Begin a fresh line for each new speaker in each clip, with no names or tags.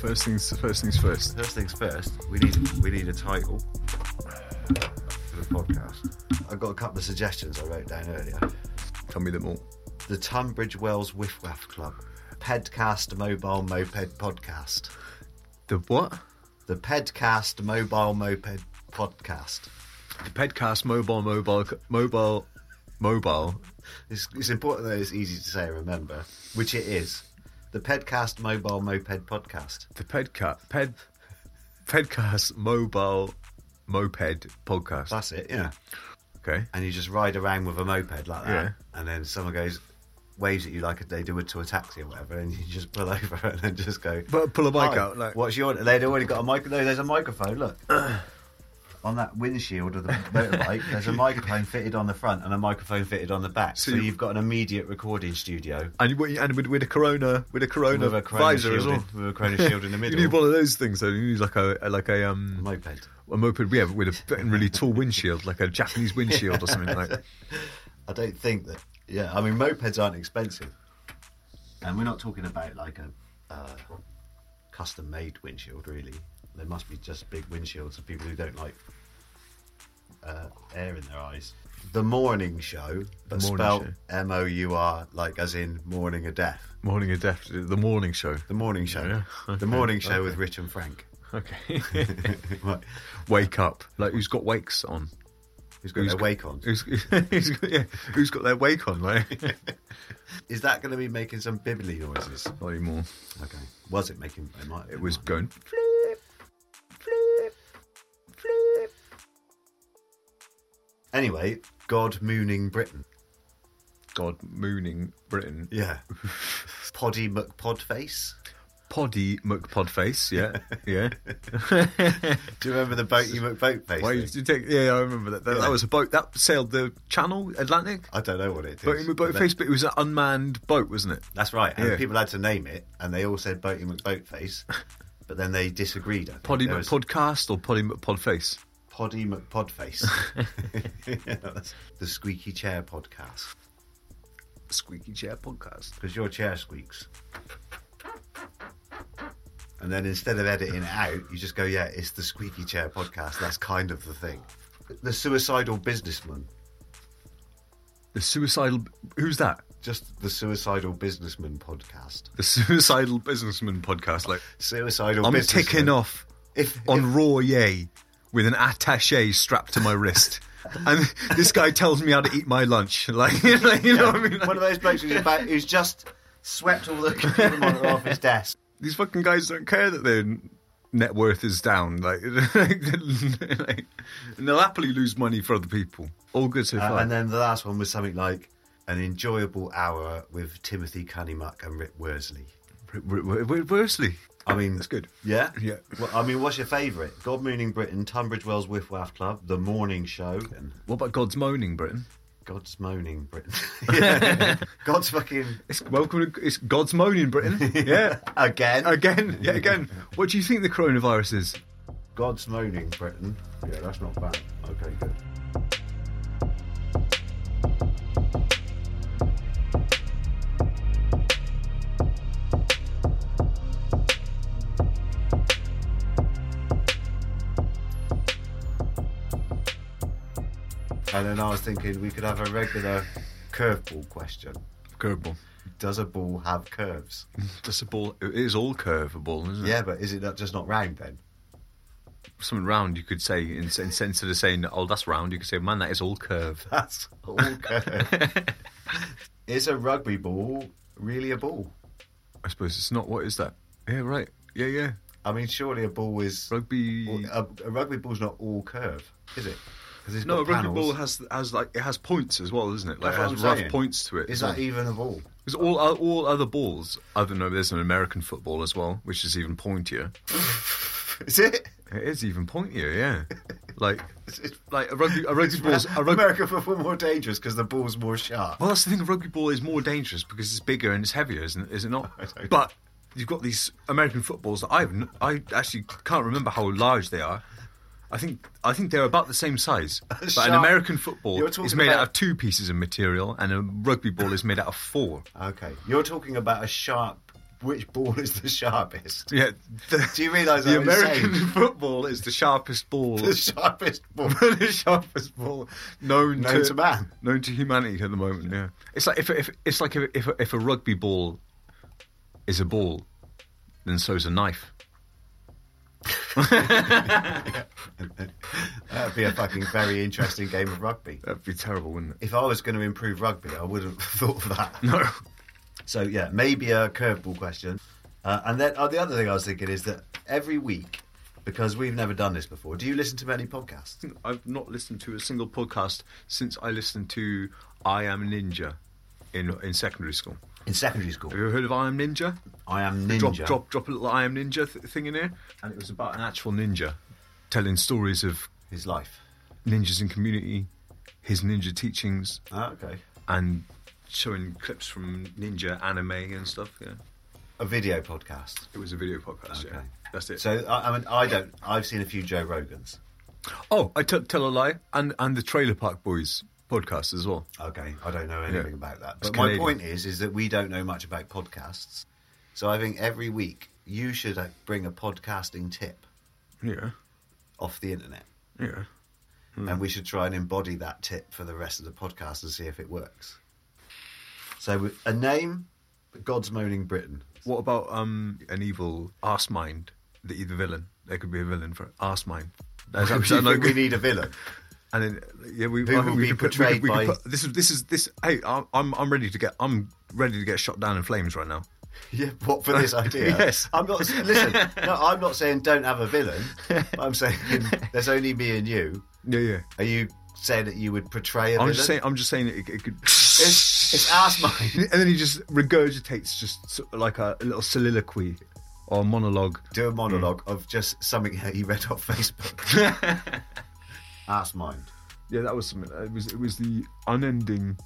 first things first things first.
First things first, we need we need a title for the podcast. I've got a couple of suggestions I wrote down earlier.
Tell me them all.
The Tunbridge Wells Whiff Waff Club, Pedcast Mobile Moped Podcast,
The what?
the Pedcast Mobile Moped Podcast.
The Pedcast mobile mobile c- mobile mobile.
It's, it's important that it's easy to say and remember, which it is. The Pedcast Mobile Moped Podcast.
The Pedcast Ped Pedcast mobile moped podcast.
That's it, yeah.
okay.
and you just ride around with a moped like that,
Yeah.
and then someone goes waves at you like they do to a taxi or whatever, and you just pull over and then just go.
But pull a mic
"Hi,
out. Like,
What's your? They'd already got a mic. No, there's a microphone. Look. On that windshield of the motorbike, there's a microphone fitted on the front and a microphone fitted on the back. So,
So you-
you've got an immediate recording studio
and you- and with, with a corona with a corona,
with a corona
visor
shield,
as well.
in, with a corona shield in the
You
middle.
need one of those things. though. You need like a like a um
moped.
a moped we have with a bit- really tall windshield, like a Japanese windshield or something like. that.
I don't think that. Yeah, I mean, mopeds aren't expensive, and we're not talking about like a uh, custom-made windshield, really. There must be just big windshields for people who don't like uh, air in their eyes. The morning show, but
Morning
spelled
Show.
M O U R, like as in morning of death.
Morning of Death, the morning show.
The morning show.
Yeah, okay,
The morning show with Rich and Frank.
Okay.
right.
Wake up, like who's got wakes on?
Who's got
Who's
their
got-
wake on?
Who's, who's got, yeah, who's got their wake on? Like
Is that going to be making some bibbly noises?
not anymore.
Okay. Was it making? It, might,
It was
might.
going flip, flip, flip.
Anyway, God mooning Britain.
God mooning Britain.
Yeah. Poddy McPodface.
Poddy McPodface. Yeah, yeah.
Do you remember the Boaty McBoatface?
Why
thing?
did you take? Yeah, I remember that. That, that
Yeah.
was a boat that sailed the Channel Atlantic.
I don't know what it is.
Boating with boat
but-
face, but it was an unmanned boat, wasn't it?
That's right. And
Yeah.
people had to name it, and they all said Boaty McBoatface, but then they disagreed. I think.
Poddy
There was
McPodcast or Poddy McPodface?
Poddy McPodface. Yeah, that's the Squeaky Chair Podcast.
Squeaky Chair Podcast.
Because your chair squeaks. And then instead of editing it out, you just go, yeah, it's the Squeaky Chair Podcast. That's kind of the thing. The Suicidal Businessman.
The suicidal. Who's that?
just the Suicidal Businessman podcast.
The Suicidal Businessman Podcast. Like
Suicidal
I'm
Businessman.
ticking off
If,
on raw yay with an attaché strapped to my wrist, and this guy tells me how to eat my lunch. Like, like, you know what I mean? Like,
one of those blokes who's, about, who's just swept all the computer monitor off his desk.
these fucking guys don't care that their net worth is down. Like, like, and they'll happily lose money for other people. All good so
Uh,
far.
and then the last one was something like an enjoyable hour with Timothy Cunnymuck and Rip Worsley.
W- w- w- Worsley.
I mean,
That's good.
Yeah,
Yeah.
Well, I mean, what's your favourite? God Mooning Britain, Tunbridge Wells Whiff Waff Club, The Morning Show, and
What about God's moaning, Britain?
God's Moaning Britain. Yeah. God's fucking
It's welcome. To, it's God's moaning, Britain. Yeah.
again.
Again, yeah, again. What do you think the coronavirus is?
God's moaning, Britain. Yeah, that's not bad. Okay, good. And then I was thinking we could have a regular curveball question.
Curveball.
Does a ball have curves?
That's a ball. It is all curvable, isn't it?
Yeah, but is it not just not round then?
Something round, you could say, in, in, instead of saying, oh, that's round, you could say, man, that is all curve.
That's all good. is a rugby ball really a ball?
I suppose it's not. What is that? Yeah, right. Yeah, yeah.
I mean, surely a ball is.
Rugby.
A, a rugby ball's not all curve, is it? Because it's
no, a
got
rugby
panels.
ball has has like it has points as well, isn't it? Like
That's
it
what
has
I'm
rough
saying.
points to it.
Is that even a ball?
Because all uh, all other balls, I don't know. There's an American football as well, which is even pointier.
Is it?
It is even pointier, yeah. Like
It's- it's-
like a rugby a rugby ball's a rugby
American football more dangerous because the ball's more sharp.
Well, that's the thing. Rugby ball is more dangerous because it's bigger and it's heavier, isn't is it not?
don't-
But you've got these American footballs that I've n- I actually can't remember how large they are. I think I think they're about the same size. But
Sharp.
an American football
You're talking
is made
about-
out of two pieces of material, and a rugby ball is made out of four.
Okay, you're talking about a sharp which ball is the sharpest.
Yeah, the,
Do you realise
the
how
American
insane-
football is the sharpest ball,
The sharpest ball
the sharpest ball known,
known to man.
known to humanity at the moment. Yeah, it's like if, if it's like if, if if a rugby ball is a ball, then so's a knife.
That'd be a fucking very interesting game of rugby.
That'd be terrible, wouldn't it?
If I was going to improve rugby, I wouldn't have thought of that.
No.
So yeah, maybe a curveball question. Uh, and then uh, the other thing I was thinking is that every week, because we've never done this before, do you listen to many podcasts?
I've not listened to a single podcast since I listened to I Am Ninja in in secondary school.
In secondary school,
Have you ever heard of I Am Ninja?
I am ninja.
Drop drop drop a little I Am Ninja th- thing in here, and it was about an actual ninja telling stories of
His life.
ninjas in community, his ninja teachings,
Ah, okay.
and showing clips from ninja anime and stuff. Yeah,
A video podcast.
it was a video podcast. Yeah,
Okay.
that's it.
So I, I mean, I don't. I've seen a few Joe Rogans.
oh, I t- tell a lie, and and the Trailer Park Boys podcast as well.
Okay, I don't know anything
Yeah.
about that.
It's
But my
Canadian.
point is, is that we don't know much about podcasts. So I think every week you should uh, bring a podcasting tip
Yeah,
off the internet,
yeah.
and we should try and embody that tip for the rest of the podcast and see if it works. So we- a name, God's moaning Britain.
What about um an evil arse mind? The the villain. There could be a villain for arse mind. That's
Do you
absolutely
think
no
we
good.
need a villain.
And then yeah, we
Who
I think
will
we
be
could put-
portrayed
we could- we
by-
could put- this is this is this. Hey, I'm I'm I'm ready to get I'm ready to get shot down in flames right now.
Yeah, what for this idea?
Yes.
I'm not listen. No, I'm not saying don't have a villain. I'm saying there's only me and you.
Yeah, yeah.
Are you saying that you would portray
I'm
a villain?
just saying. I'm just saying it, it could.
It's, it's ass mine.
and then he just regurgitates just sort of like a, a little soliloquy or monologue.
Do a monologue
Mm.
of just something that he read off Facebook. ass mind.
Yeah, that was something. It was it was the unending,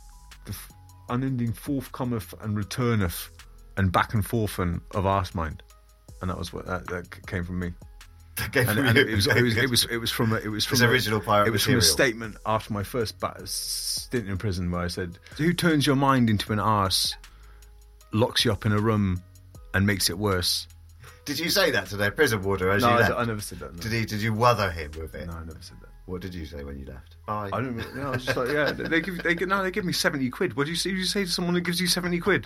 the f- unending forth cometh and returneth, and back and forth and of arse mind, and that was what that, that c- came from me.
Okay,
And, and it, was, it was it was it was from a, it was from
It's
a-
original pirate
It was from a
material.
statement after my first bat- stint in prison where I said, "Who turns your mind into an arse, locks you up in a room, and makes it worse?"
Did you say that to their prison warder as
No,
you
I,
left?
I never said that. No.
Did he? Did you wother him with it?
no, I never said that.
What did you say when you left? Bye.
I don't. No, I was just like, yeah, they give they give, no, they give me seventy quid. What do you say? You say to someone who gives you seventy quid?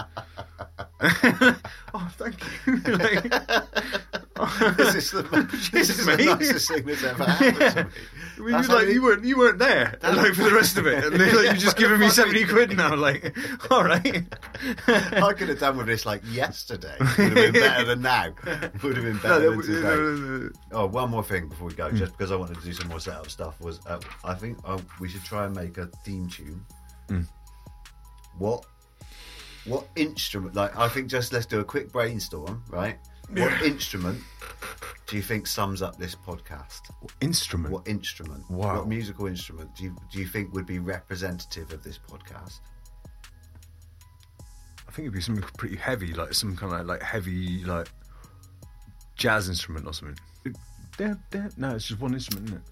oh, thank you. Like,
this is the this is the
mate.
nicest thing that's ever happened to me.
I mean, you,
That's how
like,
you-
you weren't you weren't there like for the rest of it, and they're like, you're just giving me seventy quid now. Like, all right.
I could have done with this like yesterday. Would have been better than now. Would have been better
No,
than
that-
today.
no, no,
Oh, one more thing before we go, just because I wanted to do some more setup stuff was uh, I think uh, we should try and make a theme tune. What what instrument? Like I think just let's do a quick brainstorm, right? What instrument do you think sums up this podcast?
no. Instrument.
What instrument?
Wow.
What musical instrument do you do you think would be representative of this podcast?
I think it'd be something pretty heavy, like some kind of like heavy like jazz instrument or something. Dab, dab. No, it's just one instrument, isn't it?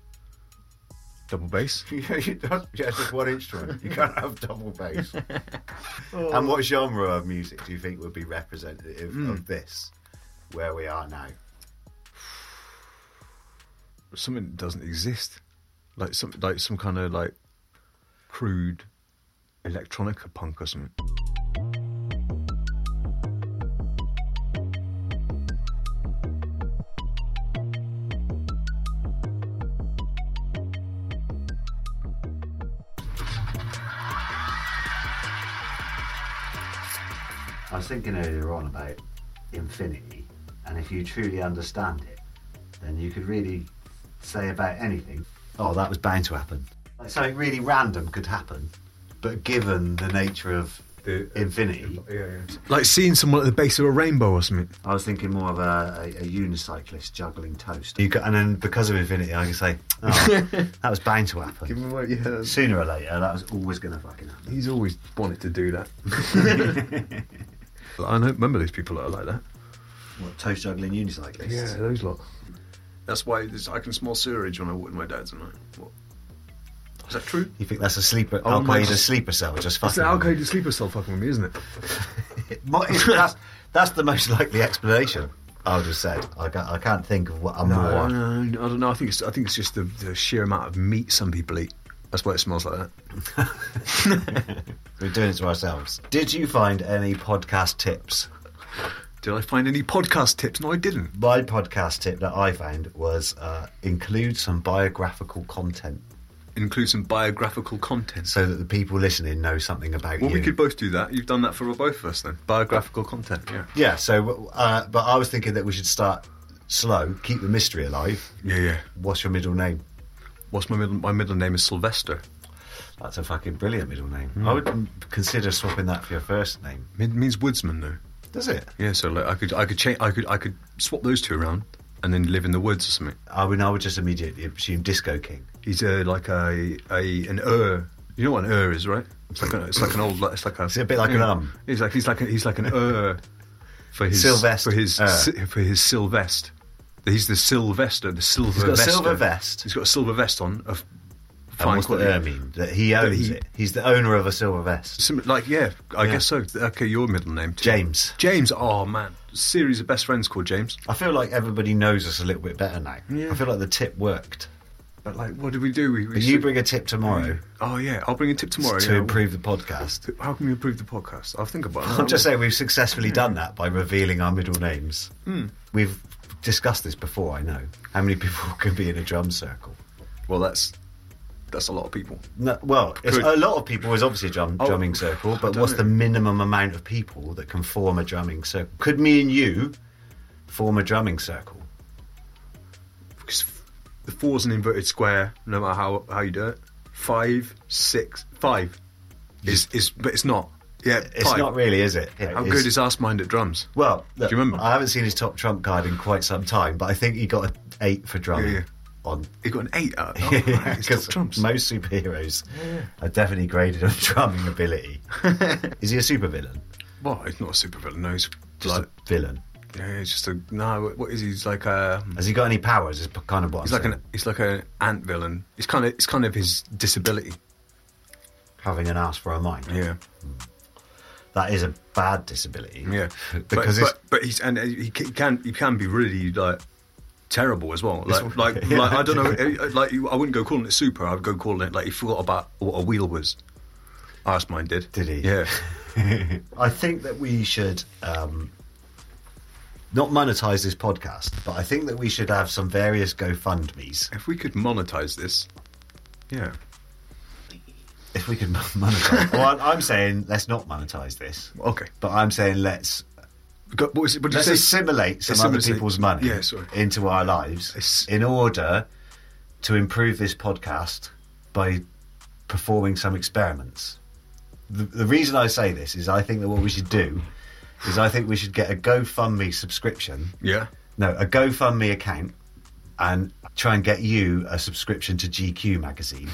Double bass.
yeah, you don't- yeah, just one instrument. You can't have double bass. And what genre of music do you think would be representative of this, where we are now?
something that doesn't exist, like some like some kind of like crude electronica punk or something.
I was thinking earlier on about infinity, and if you truly understand it, then you could really say about anything, oh, that was bound to happen. Like something really random could happen, but given the nature of
The- uh,
infinity,
Like seeing someone at the base of a rainbow or something.
I was thinking more of a, a, a unicyclist juggling toast. You got, and then because of infinity, I can say, oh, that was bound to happen.
yeah,
Sooner or later, that was always going to fucking happen.
he's always wanted to do that. I don't remember those people that are like that.
What, toast juggling unicyclists?
those lot. That's why there's, I can smell sewerage when I walk in my dad's night. What? Is that true?
You think that's a sleeper,
Oh,
Al
my-
Qaeda sleeper cell, just
It's
fucking.
the Al Qaeda sleeper cell fucking with me, isn't it?
Mo- it's- that's, That's the most likely explanation. I would have said. I can't, I can't think of what I'm
No,
more.
no, no, I don't know. I think it's I think it's just the, the sheer amount of meat some people eat. That's why it smells like that.
We're doing it to ourselves. Did you find any podcast tips?
Did I find any podcast tips? No, I didn't.
My podcast tip that I found was uh, include some biographical content
Include some biographical content.
so that the people listening know something about
Well,
you.
we could both do that. You've done that for both of us then. Biographical content. Yeah.
Yeah. So, uh, but I was thinking that we should start slow, keep the mystery alive.
Yeah, yeah.
What's your middle name?
What's my middle? My middle name is Sylvester.
That's a fucking brilliant middle name. I would m- consider swapping that for your first name.
It means woodsman though.
Does it?
Yeah. So like, I could I could change I could I could swap those two around and then live in the woods or something.
I would. I would just immediately assume Disco King.
He's a like a a an ur. You know what an ur is, right? It's like, a, it's like an old. like- It's like a. It's
a bit like an um.
He's like he's like a, he's like an ur for his
Sylvester.
for his
Ur.
si- for his Sylvester. He's the Sylvester, the silver.
got a
vester.
silver vest.
He's got a silver vest on of
And
fine
what's the
quality.
er mean? That he owns
he-
it. He's the owner of a silver vest.
Sim- like yeah, I
Yeah.
guess so. Okay, your middle name too.
James.
James. Oh man, series of best friends called James.
I feel like everybody knows us a little bit better now.
Yeah.
I feel like the tip worked.
But like, what did we do? We, we
But you bring a tip tomorrow
Oh yeah, I'll bring a tip tomorrow.
to
yeah.
improve the podcast.
How can we improve the podcast? I'll think about it.
I'm just saying we've successfully done that by revealing our middle names.
Hmm.
We've discussed this before, I know. How many people can be in a drum circle?
Well, that's that's a lot of people.
No, well, it's,
Could-
a lot of people is obviously a drum,
Oh,
drumming circle, but
don't
what's
know.
the minimum amount of people that can form a drumming circle? Could me and you form a drumming circle?
Because f- the four's an inverted square, no matter how how you do it. Five, six, five is is, but it's not. Yeah,
It's
five.
not really, is it?
How
It's-
good is Ass Mind at drums?
Well, look,
you remember?
I haven't seen his top trump card in quite some time, but I think he got an eight for drumming
Yeah, yeah.
on.
He got an eight out. Oh, right, it's
Because
top drums.
most superheroes are definitely graded on drumming ability. is he a supervillain?
Well, he's not a supervillain. No, he's
Just
like,
a villain.
yeah, he's just a no. What is he? He's like a.
Has he got any powers? Is kind of what
He's
I'm
like an.
saying.
He's like an ant villain. It's kind of. It's kind of his disability.
having an ass for a mind.
Yeah.
That is a bad disability.
Yeah,
because
but,
it's,
but, but he's and he ca- can he can be really like terrible as well. Like like,
yeah.
like I don't know. eh, Like you- I wouldn't go calling it super. I'd go calling it like he forgot about what a wheel was. Ass mine did.
Did he?
Yeah.
I think that we should um, not monetize this podcast, but I think that we should have some various GoFundMe's.
if we could monetize this, yeah.
If we could mon- monetize, well, I'm saying let's not monetize this,
Okay.
but I'm saying let's
Go- What was it? What did
let's
you say?
assimilate some
assimilate-
other people's money
yeah, sorry.
into our lives
It's-
in order to improve this podcast by performing some experiments. The, the reason I say this is I think that what we should do is I think we should get a GoFundMe subscription
Yeah.
no, a GoFundMe account and try and get you a subscription to GQ magazine,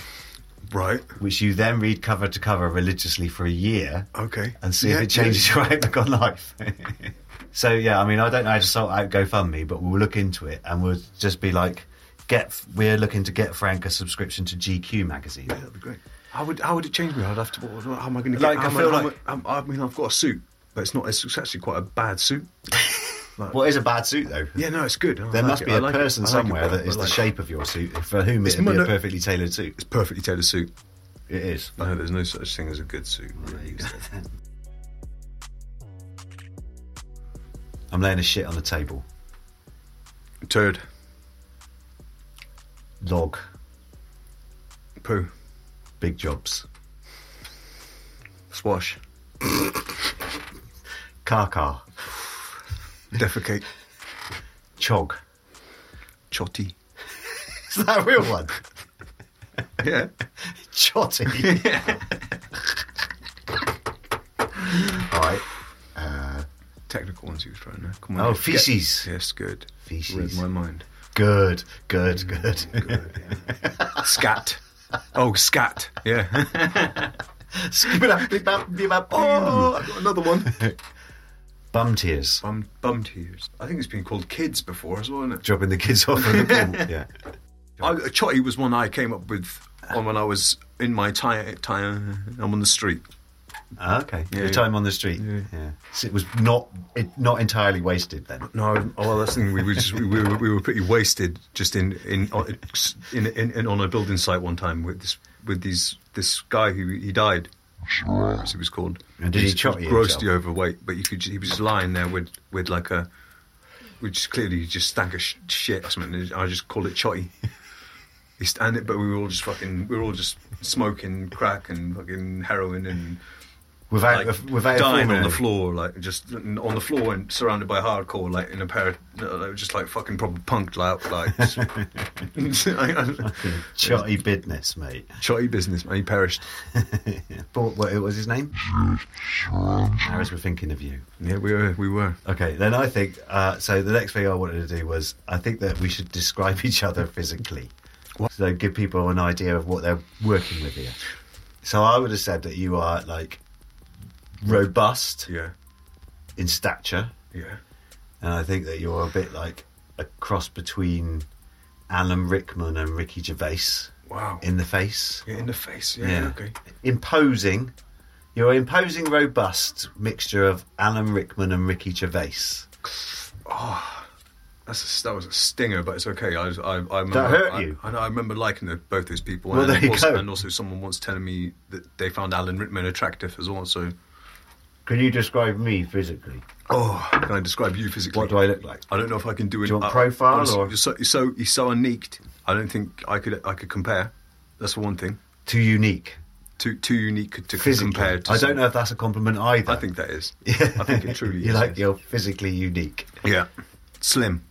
Right.
which you then read cover to cover religiously for a year
Okay.
and see
Yeah,
if it changes your outlook on life. so, yeah, I mean, I don't know how to sort out GoFundMe, but we'll look into it and we'll just be like, get we're looking to get Frank a subscription to GQ magazine.
Yeah, that'd be great. How would how would it change me? I'd have to. What, what- how am I going to get?
Like, I
how am
feel
how am
like-
I'm- I mean, I've got a suit, but it's not. It's actually quite a bad suit. Like,
What is a bad suit, though?
Yeah, no, it's good. I
There
like
must
it.
be
I
a
like it.
person
I like it,
somewhere
but-
that is
but
the
like-
shape of your suit, for whom it would be
mono-
a perfectly tailored suit.
It's perfectly tailored suit.
It is.
No, there's no such thing as a good suit. really, is there?
I'm laying a shit on the table.
Turd,
Log.
poo,
Big jobs.
swash,
Car car.
defecate,
Chog.
chotty.
Is that a real one?
Yeah.
Chotty. All right. Uh,
Technical ones he was trying to. Come on.
oh,
get-
feces.
Yes, good. Read
Feces.
my mind.
Good, good, Mm, good.
Scat. Oh, scat. Yeah.
oh.
I've got another one.
Bum tears.
Bum, bum tears. I think it's been called kids before as well, isn't it?
Dropping the kids off at the pool. Yeah.
I, chotty was one I came up with on when I was in my time time. I'm on the street.
Ah, okay.
Yeah,
Your
yeah.
time on the street.
Yeah.
So it was not it, not entirely wasted then.
No, I- oh, well, that's the thing. We were just, we were we were pretty wasted just in in uh, in, in, in on a building site one time with this with these this guy who he died. As it was called.
And did he
was-
chop
was
you
Grossly
himself?
overweight, but you could. ju- He was just lying there with with like a, which clearly just stank of sh- shit or something. and I just called it chotty. He stand it, but we were all just fucking. We were all just smoking crack and fucking heroin and
Without
like,
a, without a
dying on
formula.
the floor, like just on the floor and surrounded by hardcore, like in a pair of uh, just like fucking proper punked out, like just-
Chotty business, mate.
shotty business. Man, he perished.
But what what was his name? Harris, we're thinking of you.
Yeah, we were. We were.
Okay, then I think uh, so. The next thing I wanted to do was I think that we should describe each other physically,
What?
so give people an idea of what they're working with here. So I would have said that you are like robust
Yeah,
in stature,
yeah.
and I think that you're a bit like a cross between Alan Rickman and Ricky Gervais
Wow.
in the face.
yeah, in the face. Yeah,
Yeah.
Okay.
imposing. You're an imposing, robust mixture of Alan Rickman and Ricky Gervais.
That's a, that was a stinger, but it's okay. I, was- I, I remember,
hurt
I-
you?
I, know, I remember liking the, both those people.
Well,
and,
there you
also,
go.
and also, someone once telling me that they found Alan Rickman attractive as well. So,
Can you describe me physically?
oh, can I describe you physically?
What do I look like?
I don't know if I can do it.
you want profile or-
You're so, you're so you're so unique. I don't think I could I could compare. That's one thing.
Too unique.
Too too unique to
Physically.
compare. To
I
some-
don't know if that's a compliment either.
I think that is. I think it truly
you
is.
like you're physically unique.
yeah. Slim.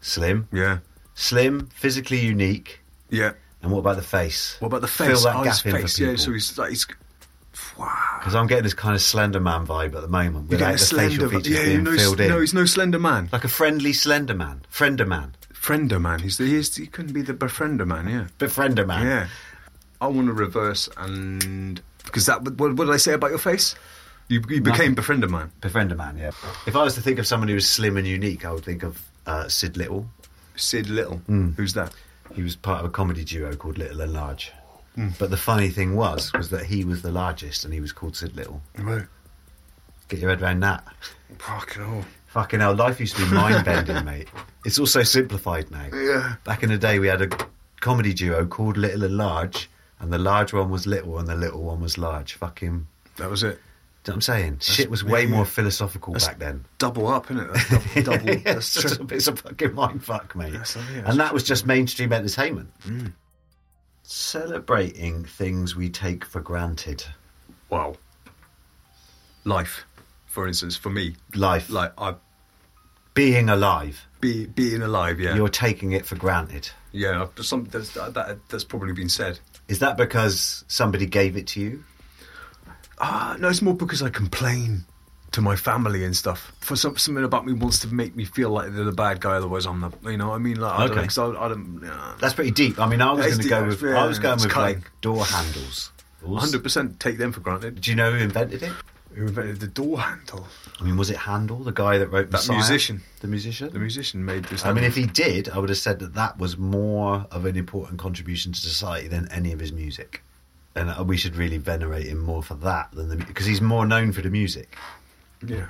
Slim.
Yeah.
Slim, physically unique.
Yeah.
And what about the face?
What about the
Fill
face?
that
oh,
gap
his
in for
face. Yeah.
people.
So he's like he's. Wow.
Because I'm getting this kind of Slender Man vibe at the moment.
You're
Without
getting
the
a slender.
facial features
yeah.
being
no, s-
filled in.
no, he's no slender man.
Like a friendly Slender Man. Friender Man.
Friender man. He's the, he, is, he couldn't be the befriender man. Yeah.
Befriender Man.
Yeah. I want to reverse and because that what, what did I say about your face? You, you became befriender man.
Befriender Man, yeah. If I was to think of someone who was slim and unique, I would think of uh, Sid Little.
Sid Little. Who's that?
He was part of a comedy duo called Little and Large. But the funny thing was, was that he was the largest and he was called Sid Little.
Right. oh.
Get your head around that.
Fucking hell.
Fucking hell, life used to be mind bending, mate. It's also simplified now.
Yeah.
Back in the day, we had a comedy duo called Little and Large, and the large one was little and the little one was large. Fucking.
That was it.
Do you know what I'm saying? Shit was way
yeah,
more
yeah.
philosophical back then.
Double up, innit? That's double. double
yeah,
that's
it's, just
tri-
a, it's a fucking mind fuck, mate.
That's- yeah, that's
and that was just mainstream entertainment.
Mm.
Celebrating things we take for granted.
wow. Life, for instance, for me,
Life.
like I
Being alive.
be being alive. Yeah.
You're taking it for granted.
yeah. I've- Some that's, that that's probably been said.
Is that because somebody gave it to you?
Ah, no, it's more because I complain to my family and stuff. For some, something about me wants to make me feel like they're the bad guy. Otherwise, I'm the. You know, what I mean, like I
Okay.
don't. 'cause I, I don't. Yeah.
That's pretty deep. I mean, I was
That's
going to
deep,
go with.
yeah,
I was going
it's
with
cutting.
like door handles.
100% take them for granted.
Do you know who invented it?
Who invented the door handle?
I mean, was it Handel, the guy that wrote
That
Messiah?
musician.
The musician.
The musician made this.
I mean, if he did, I would have said that that was more of an important contribution to society than any of his music. And uh, we should really venerate him more for that than the because he's more known for the music.
yeah.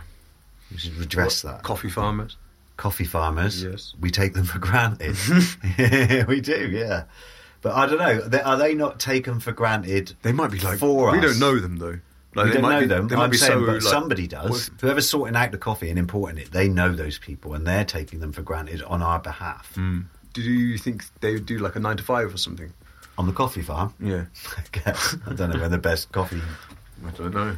We should redress that.
Coffee farmers.
Coffee farmers,
Yes.
we take them for granted. we do, yeah. But I don't know. they- Are they not taken for granted?
They might be like
for
we
us?
don't know them though. Like,
we
they
don't
might
know
be,
them.
They
I'm
might be
saying,
so,
but
like,
somebody does.
what-
Whoever's sorting out the coffee and importing it, they know those people, and they're taking them for granted on our behalf
Hmm. do you think they would do like a nine to five or something?
on the coffee farm.
Yeah,
I guess. I don't know when the best coffee
I don't know.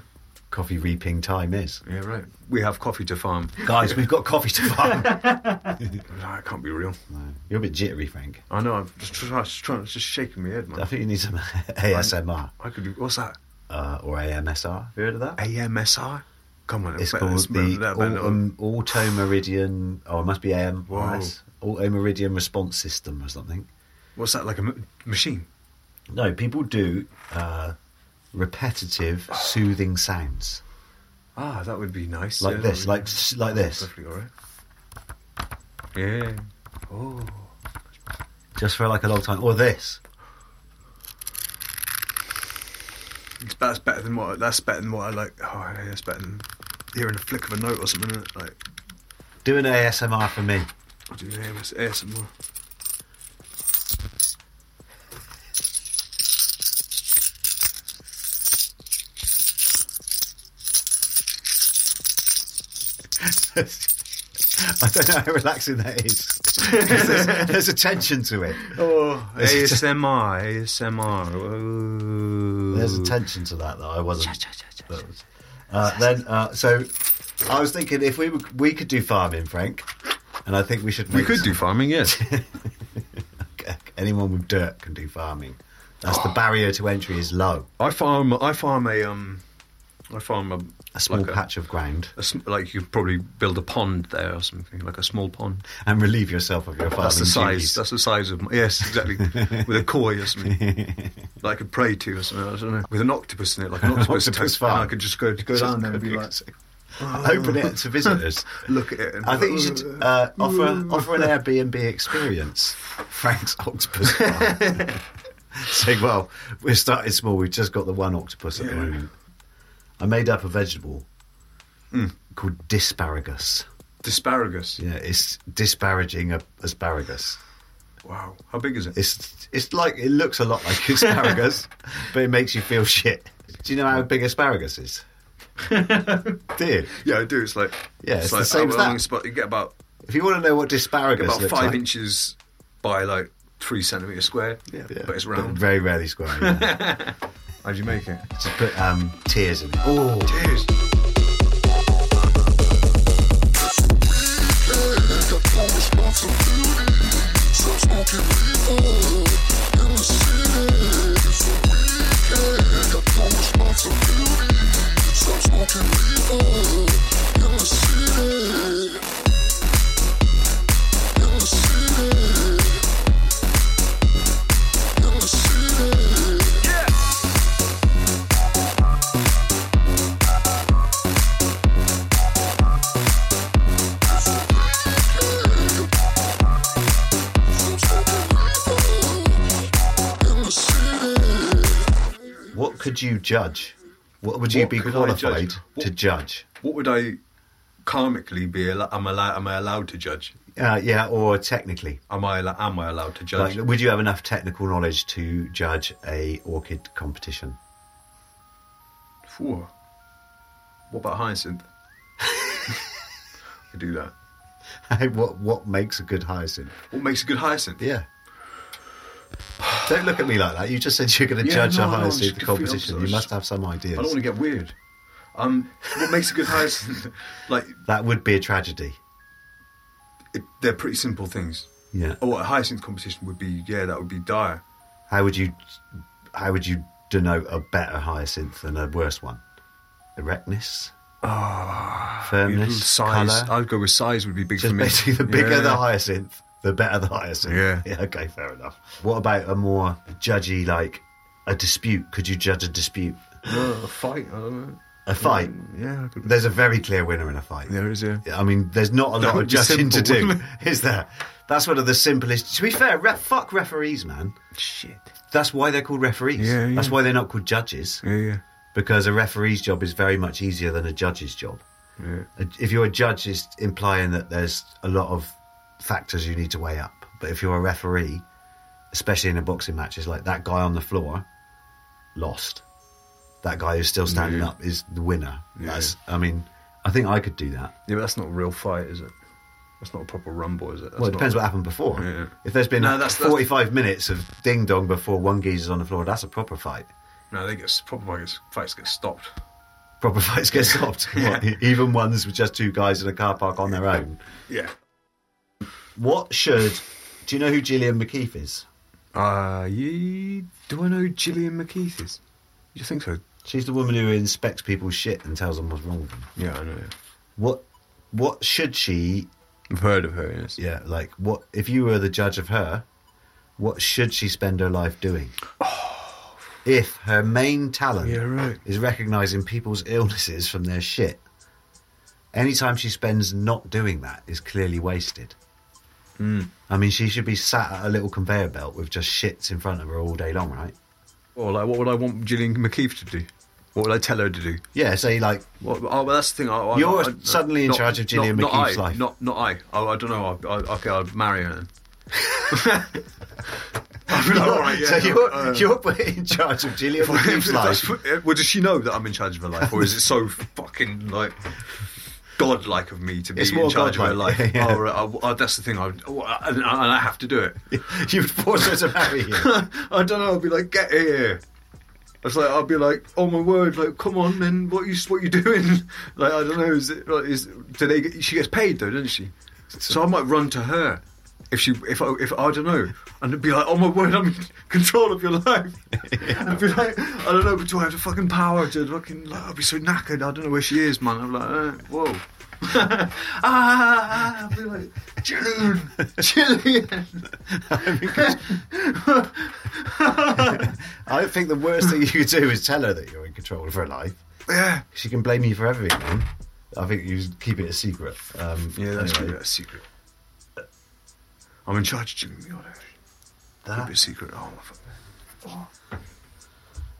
coffee reaping time is.
Yeah, right. We have coffee to farm.
Guys, we've got coffee to farm.
That can't be real.
No, you're a bit jittery, Frank.
I know. I'm just, try- just trying. It's just shaking my head,
I
man.
think you need some ASMR
I could. do What's that?
uh, or AMSR. Have you heard of that?
AMSR. Come on.
It's
better-
called
better-
the
that better-
autom- auto meridian. Oh, it must be AM or
Whoa.
S. Auto meridian response system or something.
What's that like a m- machine?
No, people do uh, repetitive soothing sounds
Ah, that would be nice.
like
Yeah, that
this,
would be-
like s- like this,
perfectly all right. Yeah. Oh.
just for like a long time, or this.
it's- that's better than what that's better than what I like. Oh, yeah, that's better than hearing a flick of a note or something. Isn't it? Like
Do an ASMR for me.
I'll do AMS, ASMR.
I don't know how relaxing that is. 'Cause there's, there's a tension to it.
Oh,
There's a-
ASMR, ASMR. Whoa.
There's a tension to that that I wasn't. that was- Uh, then, uh, so I was thinking if we were, we could do farming, Frank, and I think we should.
We
make
could
some-
do farming, yes.
anyone with dirt can do farming. That's the barrier to entry is low.
I farm. I farm a um. I farm a
A small
like
patch of ground
A, sm like you could probably build a pond there or something, like a small pond.
and relieve yourself of your farming
That's the size.
duties.
That's the size of my, yes, exactly. With a koi or something that I could pray to or something. I don't know. With an octopus in it, like an octopus,
octopus
tank, and I
farm.
could just go go
Just
down there and be like, Oh.
open it to visitors.
look at it. And
I think you should uh, offer
Mm.
offer an Airbnb experience. Frank's octopus farm. Say, well, we're starting small. We've just got the one octopus at the
Yeah.
moment. I made up a vegetable
Hmm.
called disparagus.
Asparagus.
Yeah, it's disparaging a, asparagus.
Wow, how big is it?
It's it's like it looks a lot like asparagus, but it makes you feel shit. Do you know how big asparagus is? Do you?
yeah, I do. It's like
Yeah, it's the same
how
as
long
that.
it's about- you get about
If you want to know what
get
disparagus
about
looks
five
like,
inches by like three centimeter square. Yeah,
Yeah,
but it's round.
very rarely square. yeah.
How'd you make it?
Just put um, tears in it. Oh,
Cheers.
what could you judge? What would you
What
be
could I judge?
qualified to
What-
judge?
What would I karmically be? Al- am, allow- am I allowed to judge?
Uh, yeah, or technically,
Am I? al- Am I allowed to judge?
like, would you have enough technical knowledge to judge a orchid competition?
Phew. What about hyacinth? I could do that.
what what makes a good hyacinth?
What makes a good hyacinth?
Yeah. Don't look at me like that. You just said you're going to
Yeah,
judge
no,
a
no, I'm
higher
just
seed
confused.
competition.
I'm
You
just-
must have some ideas.
I don't want to get weird. Um, what makes a good hyacinth? like
That would be a tragedy.
it, they're pretty simple things.
Yeah.
Oh, a hyacinth competition would be yeah, that would be dire.
How would you how would you denote a better hyacinth than a worse one? Erectness? firmness?
Ah, size.
Colour?
I'd go with size would be big
Just
for me.
basically the bigger
Yeah.
the hyacinth, the better the hyacinth.
Yeah.
Okay, fair enough. What about a more judgy like a dispute? Could you judge a dispute?
Yeah, Oh, a fight. I don't know.
A fight.
Yeah, I could,
There's a very clear winner in a fight.
there is yeah.
I mean, there's not a
That
lot
would
of
be
judging to
simple,
do,
wouldn't
is there? That's one of the simplest. To be fair, ref, fuck referees, man.
Shit.
That's why they're called referees.
Yeah, yeah.
That's why they're not called judges,
Yeah, yeah,
because a referee's job is very much easier than a judge's job.
yeah.
A- If you're a judge, it's implying that there's a lot of factors you need to weigh up. But if you're a referee, especially in a boxing match, it's like that guy on the floor lost. That guy who's still standing
Yeah.
up is the winner.
Yeah.
That's, I mean, I think I could do that.
Yeah, but that's not a real fight, is it? That's not a proper rumble, is it? That's
Well, it
not-
depends what happened before.
Yeah.
If there's been
No, that's- that's-
45 minutes of ding dong before one geezer's on the floor, that's a proper fight.
No, they get proper fights, fights get stopped.
Proper fights get stopped.
Yeah.
What, Even ones with just two guys in a car park on their own.
Yeah.
What should. Do you know who Gillian McKeith is?
Uh, you, do I know who Gillian McKeith is? You think so?
She's the woman who inspects people's shit and tells them what's wrong with them.
Yeah, I know.
What, what should she.
I've heard of her, yes.
Yeah, like, what. If you were the judge of her, what should she spend her life doing? If her main talent.
Yeah, right.
is recognizing people's illnesses from their shit. Any time she spends not doing that is clearly wasted.
Hmm.
I mean, she should be sat at a little conveyor belt with just shits in front of her all day long, right?
Well, like, what would I want Gillian McKeith to do? What would I tell her to do?
Yeah, say like
Well, oh, well, that's the thing. I, I-
You're
I- I-
suddenly in
not-
charge of Gillian
not,
McKeith's
not I,
life.
Not, not I. I. I don't know. I, I, okay, I'd marry her. Then. I'd be like, all right, yeah,
so you're,
uh,
you're put in charge of Gillian McKeith's life.
life. Well, does she know that I'm in charge of her life, or is it so fucking like godlike of me to be
It's
in
more
charge of her
godlike,
life?
yeah.
Oh, right, I- I- that's the thing. I, oh, I- and I and I have to do it.
You'd force her to marry you.
I don't know. I'd be like, get here. I was like, I'd be like, oh my word, like, come on, then, what you what you doing? Like, I don't know, is it like, is do they? get- She gets paid though, doesn't she? So I might run to her if she if I if I don't know, and it'd be like, oh my word, I'm in control of your life. And I'd be like, I don't know, but do I have the fucking power to fucking? Like, I'd be so knackered. I don't know where she is, man. I'm like, uh, whoa. ah, I'd be like, Jillian, Jillian.
I think the worst thing you could do is tell her that you're in control of her life.
yeah.
She can blame you for everything. Man. I think you should keep it a secret. Um,
Yeah, that's
anyway,
that's secret. I'm in charge of Jimmy Miller. Keep it
that-
secret. Oh, my fuck.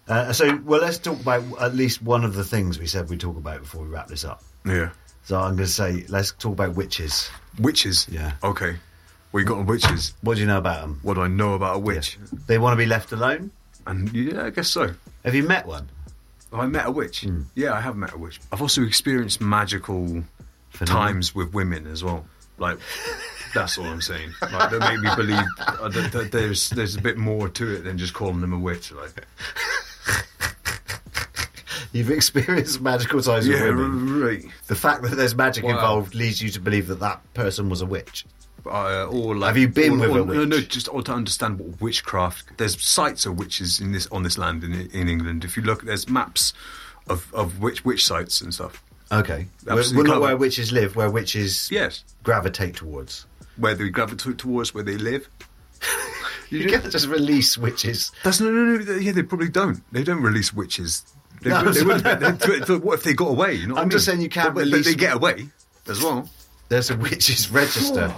Uh, so, well, let's talk about at least one of the things we said we'd talk about before we wrap this up.
Yeah.
So, I'm going to say, let's talk about witches.
Witches.
Yeah.
Okay. We got on witches.
What do you know about them?
What do I know about a witch?
They want to be left alone?
And yeah, I guess so.
Have you met one?
Have I met a witch?
Hmm.
Yeah, I have met a witch. I've also experienced magical
Phenomena.
times with women as well. Like, that's all I'm saying. Like, they make me believe uh, that, that there's there's a bit more to it than just calling them a witch. Like,
You've experienced magical times
yeah,
with women.
right.
The fact that there's magic
Wow.
involved leads you to believe that that person was a witch.
uh, or like,
Have you been
or-
with
or-
a witch?
No, no, just or to understand what witchcraft. There's sites of witches in this on this land in in England. If you look, there's maps of of witch witch sites and stuff.
Okay. We're,
Absolutely
we're not
covered.
where witches live, where witches
Yes,
gravitate towards.
where they gravitate towards where they live.
You, can't just release witches.
That's no, no, no. they- Yeah, they probably don't. They don't release witches. They,
No,
they
I'm
wouldn't.
sorry.
they- they- what if they got away? You know what
I'm
I
just
mean?
saying you can't
But- but,
release-
they get away as well.
There's a witches register.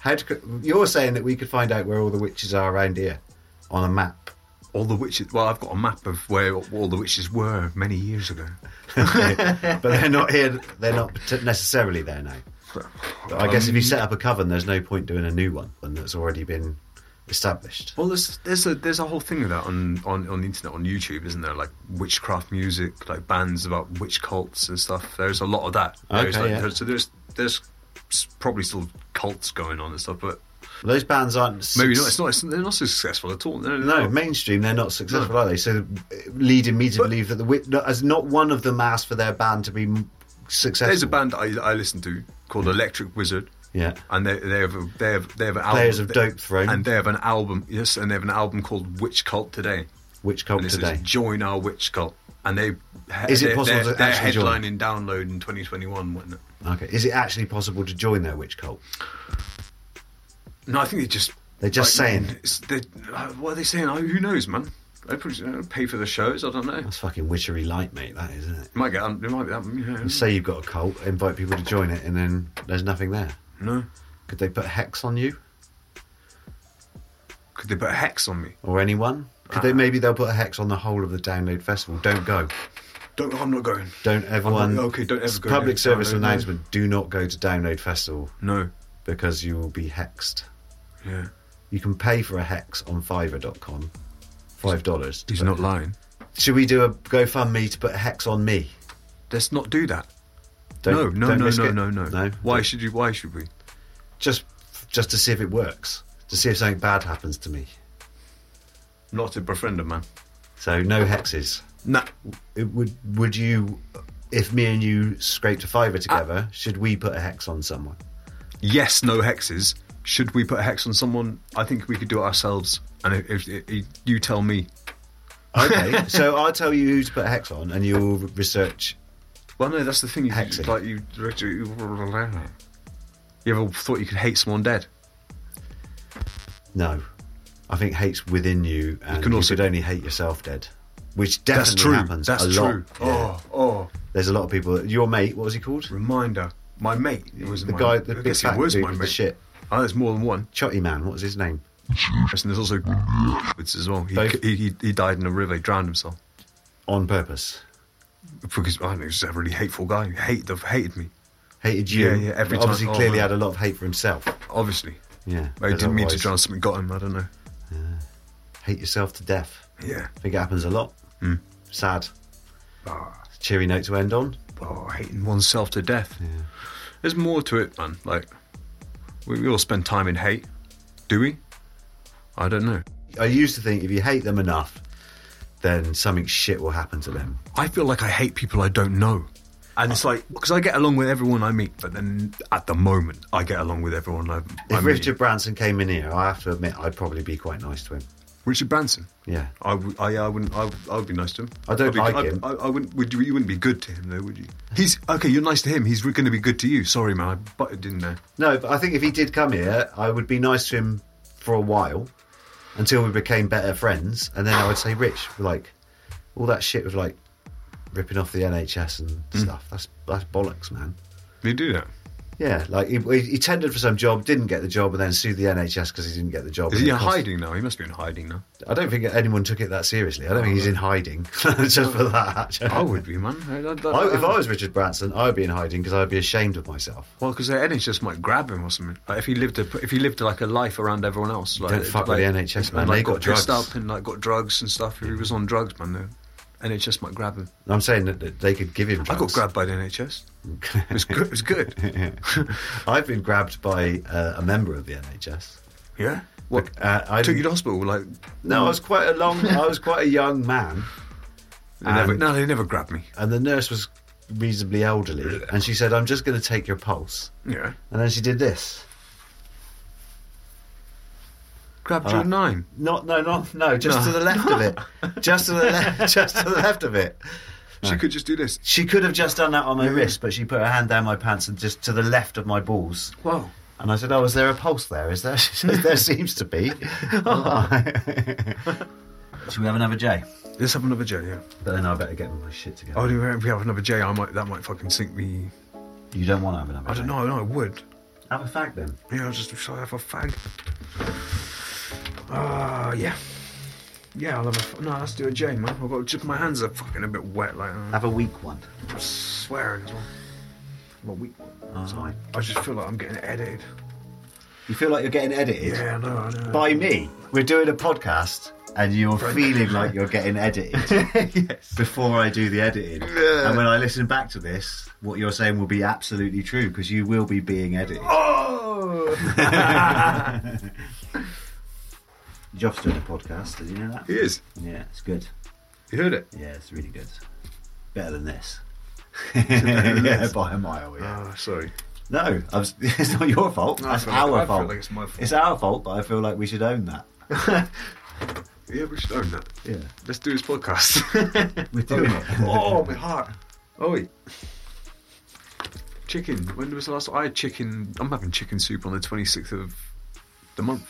How do, you're saying that we could find out where all the witches are around here on a map.
All the witches. Well, I've got a map of where all the witches were many years ago.
but they're not here. They're not t- necessarily there now. But I guess
Um,
if you set up a coven, there's no point doing a new one, one that's already been established.
Well, there's there's a there's a whole thing of that on, on, on the internet on YouTube, isn't there? Like witchcraft music, like bands about witch cults and stuff. There's a lot of that. There's
Okay,
like-
yeah.
there's- so there's there's s- probably still cults going on and stuff, but
Those bands aren't
maybe
suc-
not. It's not. It's, they're not so successful at all. They're-
No, mainstream. They're not successful, are they? So, uh, leading me to believe that the wit- no, as not one of them asked for their band to be m- successful.
There's a band that I, I listen to called Electric Wizard.
Yeah.
And they, they have a, they have they have an album,
Players of Dope Throne.
and they have an album yes, and they have an album called Witch Cult Today.
Which cult
and it
today?
says join our witch cult, and they
Is it
they're-
possible
they're,
to
they're
actually join?
headlining download in 2021, wasn't it?
Okay. Is it actually possible to join their witch cult?
No, I think they're just
They're just saying.
it's- they're- uh, what are they saying? Oh, who knows, man? They probably uh, pay for the shows. I don't know. It
That's fucking witchery light, mate. That is, isn't it?
might get. Um, it might be that. You know,
Say you've got a cult, invite people to join it, and then there's nothing there.
no.
Could they put a hex on you
Could they put a hex on me?
or anyone? Could
Uh,
they maybe they'll put a hex on the whole of the download festival? Don't go.
Don't. I'm not going.
Don't everyone.
Oh, okay, don't ever go
Public
to
service
Download, no.
announcement: Do not go to download festival
No.
because you will be hexed.
Yeah.
You can pay for a hex on Fiverr.com. Five dollars.
He's not lying.
Should we do a GoFundMe to put a hex on me?
Let's not do that.
Don't-
no, no,
don't
no,
risk
no,
it.
no, no,
No.
Why should you? Why should we?
Just, just to see if it works. To see if something bad happens to me.
Not a befriender, man.
So no hexes.
Nah.
It would would you, if me and you scraped a fiver together,
Ah.
should we put a hex on someone?
Yes, no hexes. Should we put a hex on someone? I think we could do it ourselves. And if, if, if you tell me,
Okay. so I'll tell you who to put a hex on, and you'll research.
Well, no, that's the thing. You,
Hexing.
Like you, you ever thought you could hate someone dead?
No, I think hate's within you, and you,
can also-
could only hate yourself dead, which
That's
definitely
true.
happens.
that's
a
true.
Lot. Yeah.
Oh, oh,
There's a lot of people. Your mate, what was he called?
reminder. My mate it was
The
my,
guy, the
I
big
guess it
fat
was
dude
my
with
mate.
the shit.
Oh, there's more than one.
Chotty man, what was his name?
And there's also Woods as well. He,
Both-
he, he, he died in a river. He drowned himself
on purpose.
because I don't know, he's just a really hateful guy. He hated, hated me,
Hated you.
Yeah, yeah, every
But Obviously,
time- oh,
clearly
man.
had a lot of hate for himself.
obviously.
Yeah,
But he
because
didn't mean to
otherwise,
drown. Something got him. I don't know.
Hate yourself to death.
Yeah.
I think it happens a lot.
Hmm.
Sad.
Oh,
Cheery note to end on.
oh, hating oneself to death. There's more to it, man. Like we, we all spend time in hate, do we? I don't know.
I used to think if you hate them enough, then something shit will happen to them.
I feel like I hate people I don't know. And it's like, because I get along with everyone I meet, but then at the moment, I get along with everyone I, I
If
meet.
Richard Branson came in here, I have to admit, I'd probably be quite nice to him.
Richard Branson.
Yeah.
I, w- I, I wouldn't. I, would- I would be nice to him.
I don't
I'd be,
like
I,
him.
I, I wouldn't. Would you, you wouldn't be good to him though, would you? He's okay. You're nice to him. He's going to be good to you. Sorry, man. I butted in there.
No, but I think if he did come here, I would be nice to him for a while until we became better friends. And then I would say, Rich, like, all that shit with like ripping off the NHS and
Hmm.
stuff, that's, that's bollocks, man.
They do that.
Yeah, like he, he he tendered for some job, didn't get the job, and then sued the NHS because he didn't get the job.
Is
and
he
it
in
cost-
hiding now? He must be in hiding now.
I don't think anyone took it that seriously. I don't think he's
Oh,
in hiding just for that.
I would be, man. I, I, I,
I, if I was Richard Branson, I'd be in hiding because I'd be ashamed of myself.
well, because the NHS might grab him or something. Like if he lived, a, if he lived like a life around everyone else, like
Don't fuck with
like,
the NHS, man.
and, Like,
They
got,
got
pissed
drugs.
up and like got drugs and stuff. If he was on drugs, man, the NHS might grab him.
I'm saying that, that they could give him.
I got
Drugs.
grabbed by the NHS. It was good. It was good.
I've been grabbed by uh, a member of the NHS.
Yeah. What?
Uh, I
Took you to hospital? Like
no, I was quite a long. I was quite a young man,
they never,
And-
no, they never grabbed me.
and the nurse was reasonably elderly, and she said, "I'm just going to take your pulse,"
Yeah.
and then she did this.
Grabbed
Oh,
your
that-
nine.
Not no not no just
No.
to the left of it, just to the left, just to the left of it.
She could just do this.
She could have just done that on my wrist, but she put her hand down my pants and just to the left of my balls.
Wow.
And I said, "Oh, is there a pulse there? Is there? She says, there seems to be." Should we have another J?
Let's have another J. Yeah.
But then I better get my shit together.
Oh, if we have another J, I might. That might fucking sink me.
you don't want to have another.
I don't know. No, I would.
Have a fact then.
Yeah, I'll just shall I have a fag. Ah, yeah. Yeah, I'll have a. F- no, let's do a J, man. I've got just my hands are fucking a bit wet, like I'm
Have a weak one.
swearing as well. I'm a weak one.
Sorry.
I just feel like I'm getting edited.
You feel like you're getting edited
Yeah, no, I know.
by me. We're doing a podcast, and you're feeling like you're getting edited
yes.
before I do the editing.
Yeah.
And when I listen back to this, what you're saying will be absolutely true because you will be being edited.
Oh.
Job's doing a podcast. Did you know that?
he is.
Yeah, it's good.
You heard it.
Yeah, it's really good. Better than this. yeah, by a mile. Yeah.
Ah, sorry.
No, I was, it's not your fault.
No, I
That's
feel like-
our
I feel
fault.
like it's my fault.
It's our fault, but I feel like we should own that.
Yeah, we should own that.
Yeah,
Let's do this podcast.
we're doing it.
oh, my heart. Oh, wait. Chicken. When was the last I had chicken? I'm having chicken soup on the 26th of the month.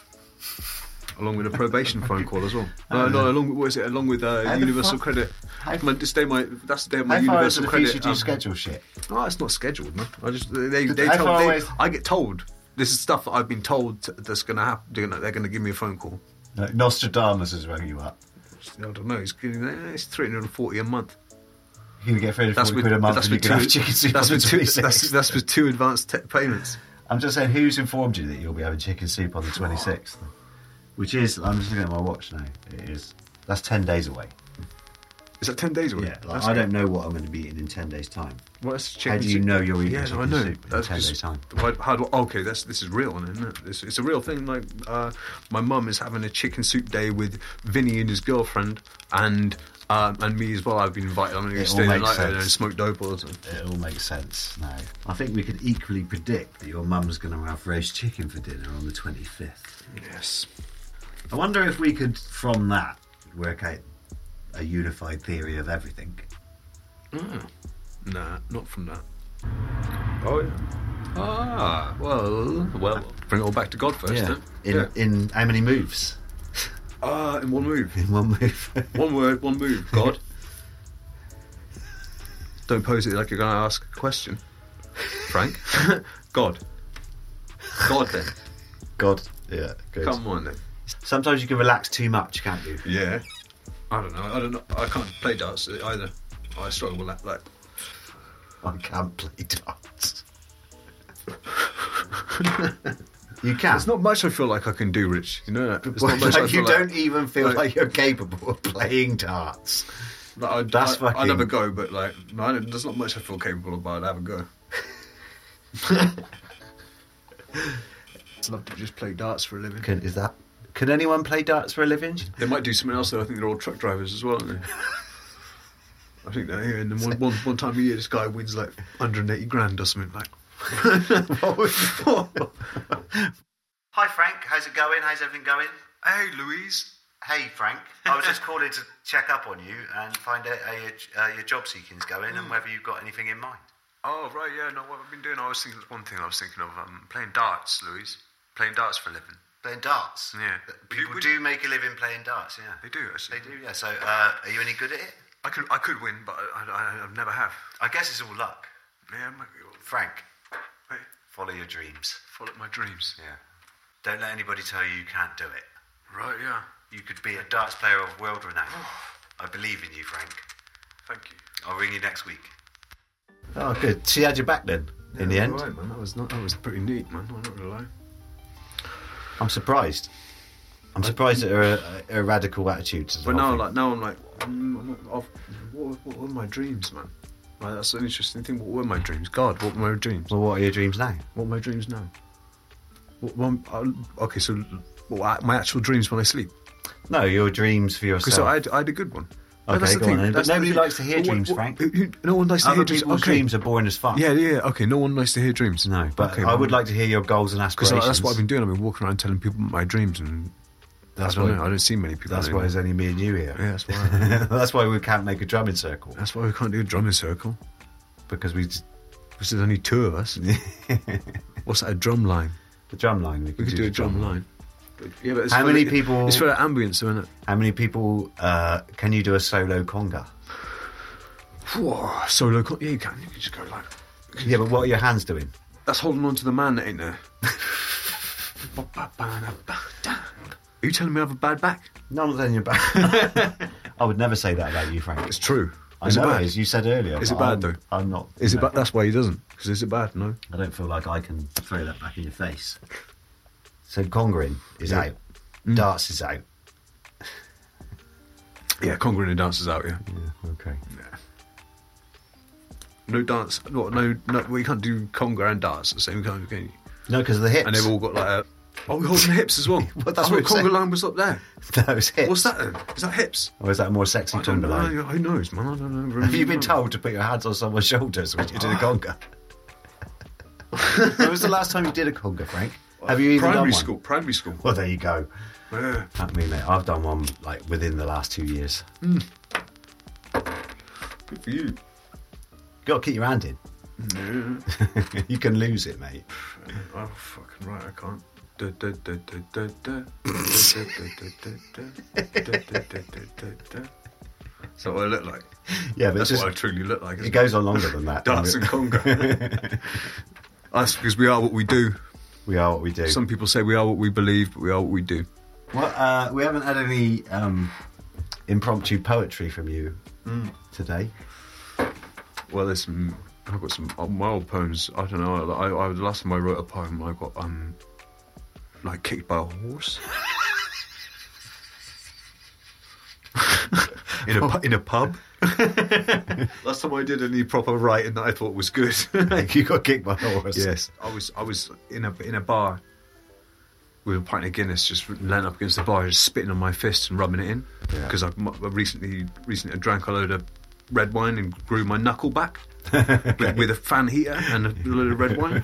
Along with a probation phone call as well. No, no, along with, what is it? Along with uh,
Uh, How the
Universal
fuck-
Credit.
how-
my, this day, my, that's the day of my
How far into
Universal
the
Credit.
future do you
um,
schedule shit?
Oh, it's not scheduled, man. I just they, they
How
tell
far
they,
away-
I get told this is stuff that I've been told that's gonna happen. They're gonna, they're gonna give me a phone call.
No, Nostradamus has rung you up.
I don't know. It's, it's three hundred and forty a month.
You can get 340
That's with
quid a month
that's
and you
with
can
two.
have chicken soup
That's
on
with
the
two.
26th.
That's, that's with two advanced te- payments.
I'm just saying, who's informed you that you'll be having chicken soup on the 26th? Which is, I'm just looking at my watch now. It is. That's 10 days away.
Is that ten days away?
Yeah, like,
That's
I
good.
don't know what I'm going to be eating in 10 days' time.
Well, that's
How
chicken
do you
soup.
know you're eating
Yeah, no,
chicken
I know.
soup in
That's
10 days'
just,
time?
why- how do- okay, that's this is real, isn't it? It's, it's a real thing. Like uh, my mum is having a chicken soup day with Vinny and his girlfriend, and um, and me as well. I've been invited. I'm going to
It all
stay the
makes
night there and
sense.
smoke dope or something.
It all makes sense now. I think we could equally predict that your mum's going to have roast chicken for dinner on the 25th.
Yes.
I wonder if we could, from that, work out a unified theory of everything.
Mm. Nah, not from that. Oh yeah. Ah, well, well. Bring it all back to God first, huh?
In, in how many moves?
Ah, in one move.
In one move.
One word, one move. God. Don't pose it like you're going to ask a question, Frank. God. God, then.
God. Yeah, good.
Come on, then.
Sometimes you can relax too much, can't you?
Yeah. I don't know. I don't know. I can't play darts either. I struggle with that. Like,
I can't play darts. you can.
there's not much I feel like I can do, Rich. You know that. There's
Well,
not much I
like, you
feel
don't even feel
like-
like, you're capable of playing darts.
Like, I,
That's
I, I
fucking-
never go, but like, I don't, there's not much I feel capable about. I have a go. I'd love to just play darts for a living.
Can, is that? Can anyone play darts for a living?
They might do something else though. I think they're all truck drivers as well, aren't they? I think they're here, and then one, one, one time a year, this guy wins like 180 grand or something. Like,
Hi Frank, how's it going? How's everything going?
hey, Louise.
Hey Frank, I was just calling to check up on you and find out how your, uh, your job seeking's going
Hmm.
and whether you've got anything in mind.
Oh right, yeah. No, what I've been doing, I was thinking one thing. I was thinking of um, playing darts, Louise. Playing darts for a living.
Playing darts.
Yeah.
People
Would-
do make a living playing darts. Yeah.
They do actually.
They do. Yeah. So, uh, are you any good at it?
I could, I could win, but I, I, I never have.
I guess it's all luck.
Yeah, I might,
Frank,
wait,
follow your dreams.
follow my dreams.
Yeah. Don't let anybody tell you you can't do it.
Right, yeah.
You could be a darts player of world renown. I believe in you, Frank.
Thank you.
I'll ring you next week. Oh, good. She had your back then, in the end.
All right, man. That was not. That was pretty neat, man. I'm not gonna lie.
I'm surprised. I'm surprised at her, uh, her radical attitude. To the
But
whole
now,
thing.
like now, I'm like, mm, I'm not- I've- what, what were my dreams, man? Like, that's an interesting thing. What were my dreams? God, what were my dreams?
well, what are your dreams now?
What are my dreams now? What, one, I- okay, so what, are my actual dreams when I sleep.
No, your dreams for
Because
yourself.
I, had, I had a good one.
Okay, go on then. But
the
nobody
thing.
likes to hear
But what-
dreams,
what-
Frank.
who- who- no one likes to
Other
hear dreams.
people's
Okay.
dreams are boring as fuck.
Yeah, yeah, yeah, okay. No one likes to hear dreams.
No, but
okay,
I
man.
would like to hear your goals and
Because
aspirations.
like, that's what I've been doing. I've been walking around telling people my dreams, and
That's
I don't
why-
know. I don't see many people.
That's
doing
why
that.
there's only me and you here.
Yeah, that's why.
that's why we can't make a drumming circle
that's why we can't do a drumming circle
because we just,
because there's only two of us. What's that? A drum line?
the drum line. We,
We could do, a drum line. But- Yeah, but it's
How
for
many
the-
people-
It's for the ambience, isn't it?
How many people uh, can you do a solo conga?
Whoa, solo. co- Yeah, you can. You can just go like.
Yeah, but what are your hands doing?
That's holding on to the man that ain't there. Are you telling me I have a bad back?
None of them your back. I would never say that about you, Frank.
It's true.
I
Is it
know
bad?
it is. You said earlier.
Is
but
it bad,
I'm-
though?
I'm not.
Is it
no.
bad? That's why he doesn't. Because is it bad? No.
I don't feel like I can throw that back in your face. So congering is out.
Mm.
Darts is out.
Yeah, Congren and dances out. Yeah.
Yeah, okay.
No dance. What? No. No. Well, you can't do conga and dance at the same time, can you?
No, because of the hips.
And they've all got like. A, oh, we're holding hips as well.
Well, that's
I
what
thought
I'm saying.
conga line was up there.
Those hips.
What's that? Then? Is that hips?
Or is that a more sexy
I don't
conga
know.
line?
Who knows, man? I don't know.
Have you been told to put your hands on someone's shoulders when you do a conga? when was the last time you did a conga, Frank? Have you even done
Uh, primary
one?
school? Primary school.
Well, there you go.
Yeah.
I mean, mate, I've done one like within the last two years.
Good for you.
You got to keep your hand in.
Yeah.
you can lose it, mate.
Oh fucking right, I can't. Du- du- du- du- du- du. Du- du- du- du- du- du. Du- du- du- du- du- du. That's not what I look like.
Yeah, but
That's
it's just,
what I truly look like.
it goes on longer than that.
Darts
doesn't
and
it?
conga. That's because we are what we do.
we are what we do.
Some people say we are what we believe, but we are what we do.
Well, uh, we haven't had any um, impromptu poetry from you
Mm.
today.
Well, there's some. I've got some uh, my old poems. I don't know. I, I the last time I wrote a poem, I got um, like kicked by a horse. in a pu- in a pub. last time I did any proper writing that I thought was good.
you got kicked by a horse.
yes, I was I was in a in a bar with a pint of Guinness, just leaning up against the bar, just spitting on my fist and rubbing it in
Yeah.
because I recently recently drank a load of red wine and grew my knuckle back with, with a fan heater and a load of red wine.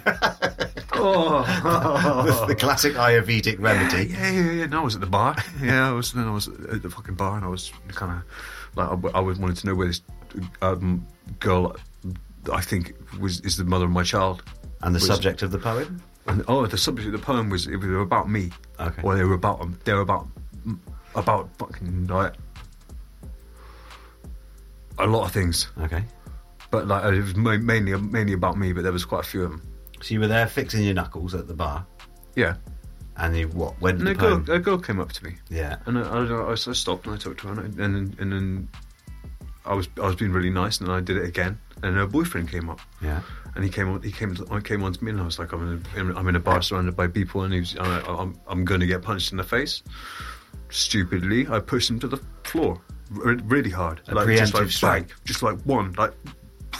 oh,
the classic Ayurvedic remedy.
yeah, yeah, yeah. No, I was at the bar. Yeah, I was. Then I was at the fucking bar, and I was kind of like, I, w- I was wanted to know where this um, girl, I think, was is the mother of my child.
And the
was-
subject of the poem?
And, oh, the subject of the poem was it was about me.
Okay.
Or they were about they were about about fucking like a lot of things,
Okay.
but like it was ma- mainly mainly about me. But there was quite a few of them.
So you were there fixing your knuckles at the bar,
Yeah.
And you what? When
And
did the
a girl,
poem?
a girl came up to me,
Yeah.
and I, I, don't know, I s- I stopped and I talked to her, and, I- and then- and then I was I was being really nice, and then I did it again, and her boyfriend came up,
Yeah.
and he came on he came I came on to me, and I was like, I'm in a, I'm in a bar surrounded by people, and he was, I, I'm I'm going to get punched in the face. Stupidly, I pushed him to the floor, r- really hard,
A
like just like
preemptive strike.
bang, just like one, like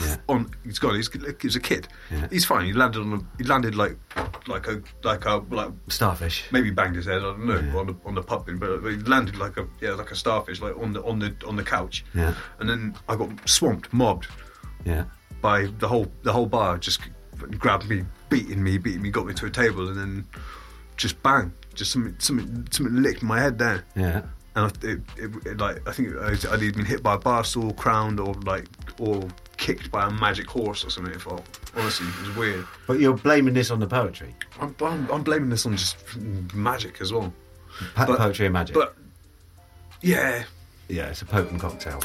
Yeah.
on he's gone. He's, he's a kid.
Yeah.
He's fine. He landed on a, he landed like like a like a like
Starfish.
maybe banged his head. I don't know
Yeah.
on the on the puppet, but he landed like a yeah like a starfish like on the on the on the couch.
Yeah.
And then I got swamped, mobbed
Yeah.
by the whole the whole bar. Just grabbed me, beating me, beating me, got me to a table, and then just bang, just something something something licked my head down.
Yeah.
And I, it, it, it, like I think I'd, I'd either been hit by a bar stool, crowned, or like or kicked by a magic horse or something. It felt honestly, it was weird.
But you're blaming this on the poetry,
I'm, I'm, I'm blaming this on just magic as well.
Pa-
But-
poetry and magic.
But yeah,
yeah, it's a potent cocktail.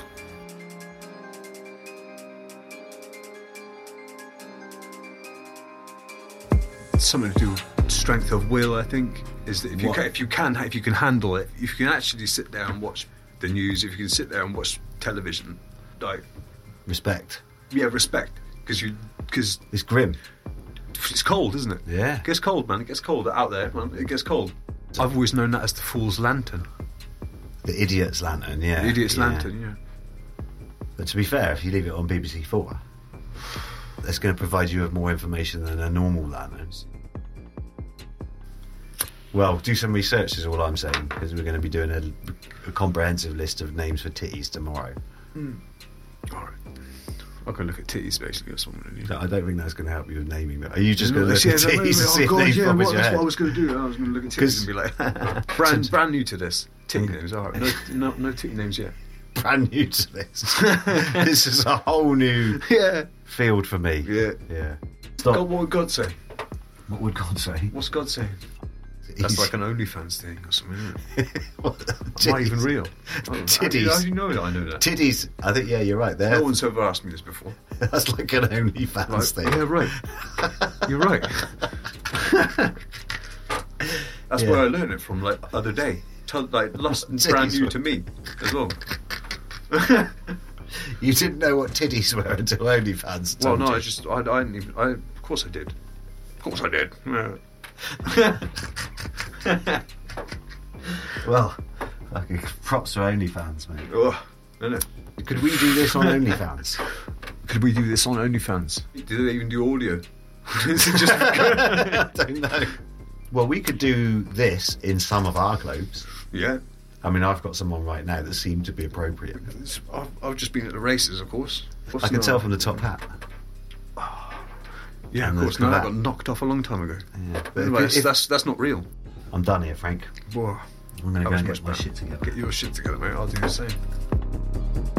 it's something to do with strength of will. I think is that if you
What?
can, if you can if you can handle it, if you can actually sit there and watch the news, if you can sit there and watch television, like
Respect.
yeah, respect because you because
It's grim.
it's cold, isn't it?
Yeah.
It gets cold, man. It gets cold out there, man. It gets cold. I've always known that as the fool's lantern,
The idiot's lantern. Yeah.
the idiot's
yeah.
lantern. Yeah.
But to be fair, if you leave it on BBC Four, that's going to provide you with more information than a normal lantern. Well, do some research is all I'm saying because we're going to be doing a, a comprehensive list of names for titties tomorrow.
All right. I'll go look at titties basically or something.
So I don't think that's going to help you with naming them. Are you just
Yeah,
going to look at
that made me-
titties and
oh,
see if
God,
names
yeah,
pop
what-
into your
That's
head?
what I was going to do. I was going to look at titties and be like, brand, brand new to this. Titty
Mm.
names, all right. No, no, no titty names yet.
Brand new to this. this is a whole new
Yeah.
field for me.
Yeah.
Yeah. Stop.
God, what would God say?
What would God say?
What's God saying? That's like an OnlyFans thing or something. Isn't it? Am I
Titties.
even real? Oh, How do, you,
Titties.
how do you know that I know that?
Titties. I think, yeah, you're right there.
No one's ever asked me this before.
That's like an OnlyFans
Like,
thing.
yeah, right. You're right. That's
Yeah.
where I learned it from, like other day. T- like last and brand
Titties
new
were-
to me as well.
You didn't know what titties were until OnlyFans.
Well,
told
no,
you.
I just I, I didn't even. I, of course I did. Of course I did. Yeah.
Well, fucking props to OnlyFans, mate.
Ugh, innit?
Could we do this on OnlyFans?
Could we do this on OnlyFans? Do they even do audio? Is it just
I don't know. Well, we could do this in some of our clothes.
yeah.
I mean, I've got some on right now that seem to be appropriate.
It's, I've, I've just been at the races, of course. What's
I can
the-
tell from the top hat.
yeah, of
and the
course. No, that
cravat.
got knocked off a long time ago.
Yeah. But
Anyway,
if-
that's,
if-
that's that's not real.
I'm done here, Frank.
Whoa.
I'm going
That
to go
was
and
much
get my
better.
shit together.
Get your shit together, mate. I'll do the same.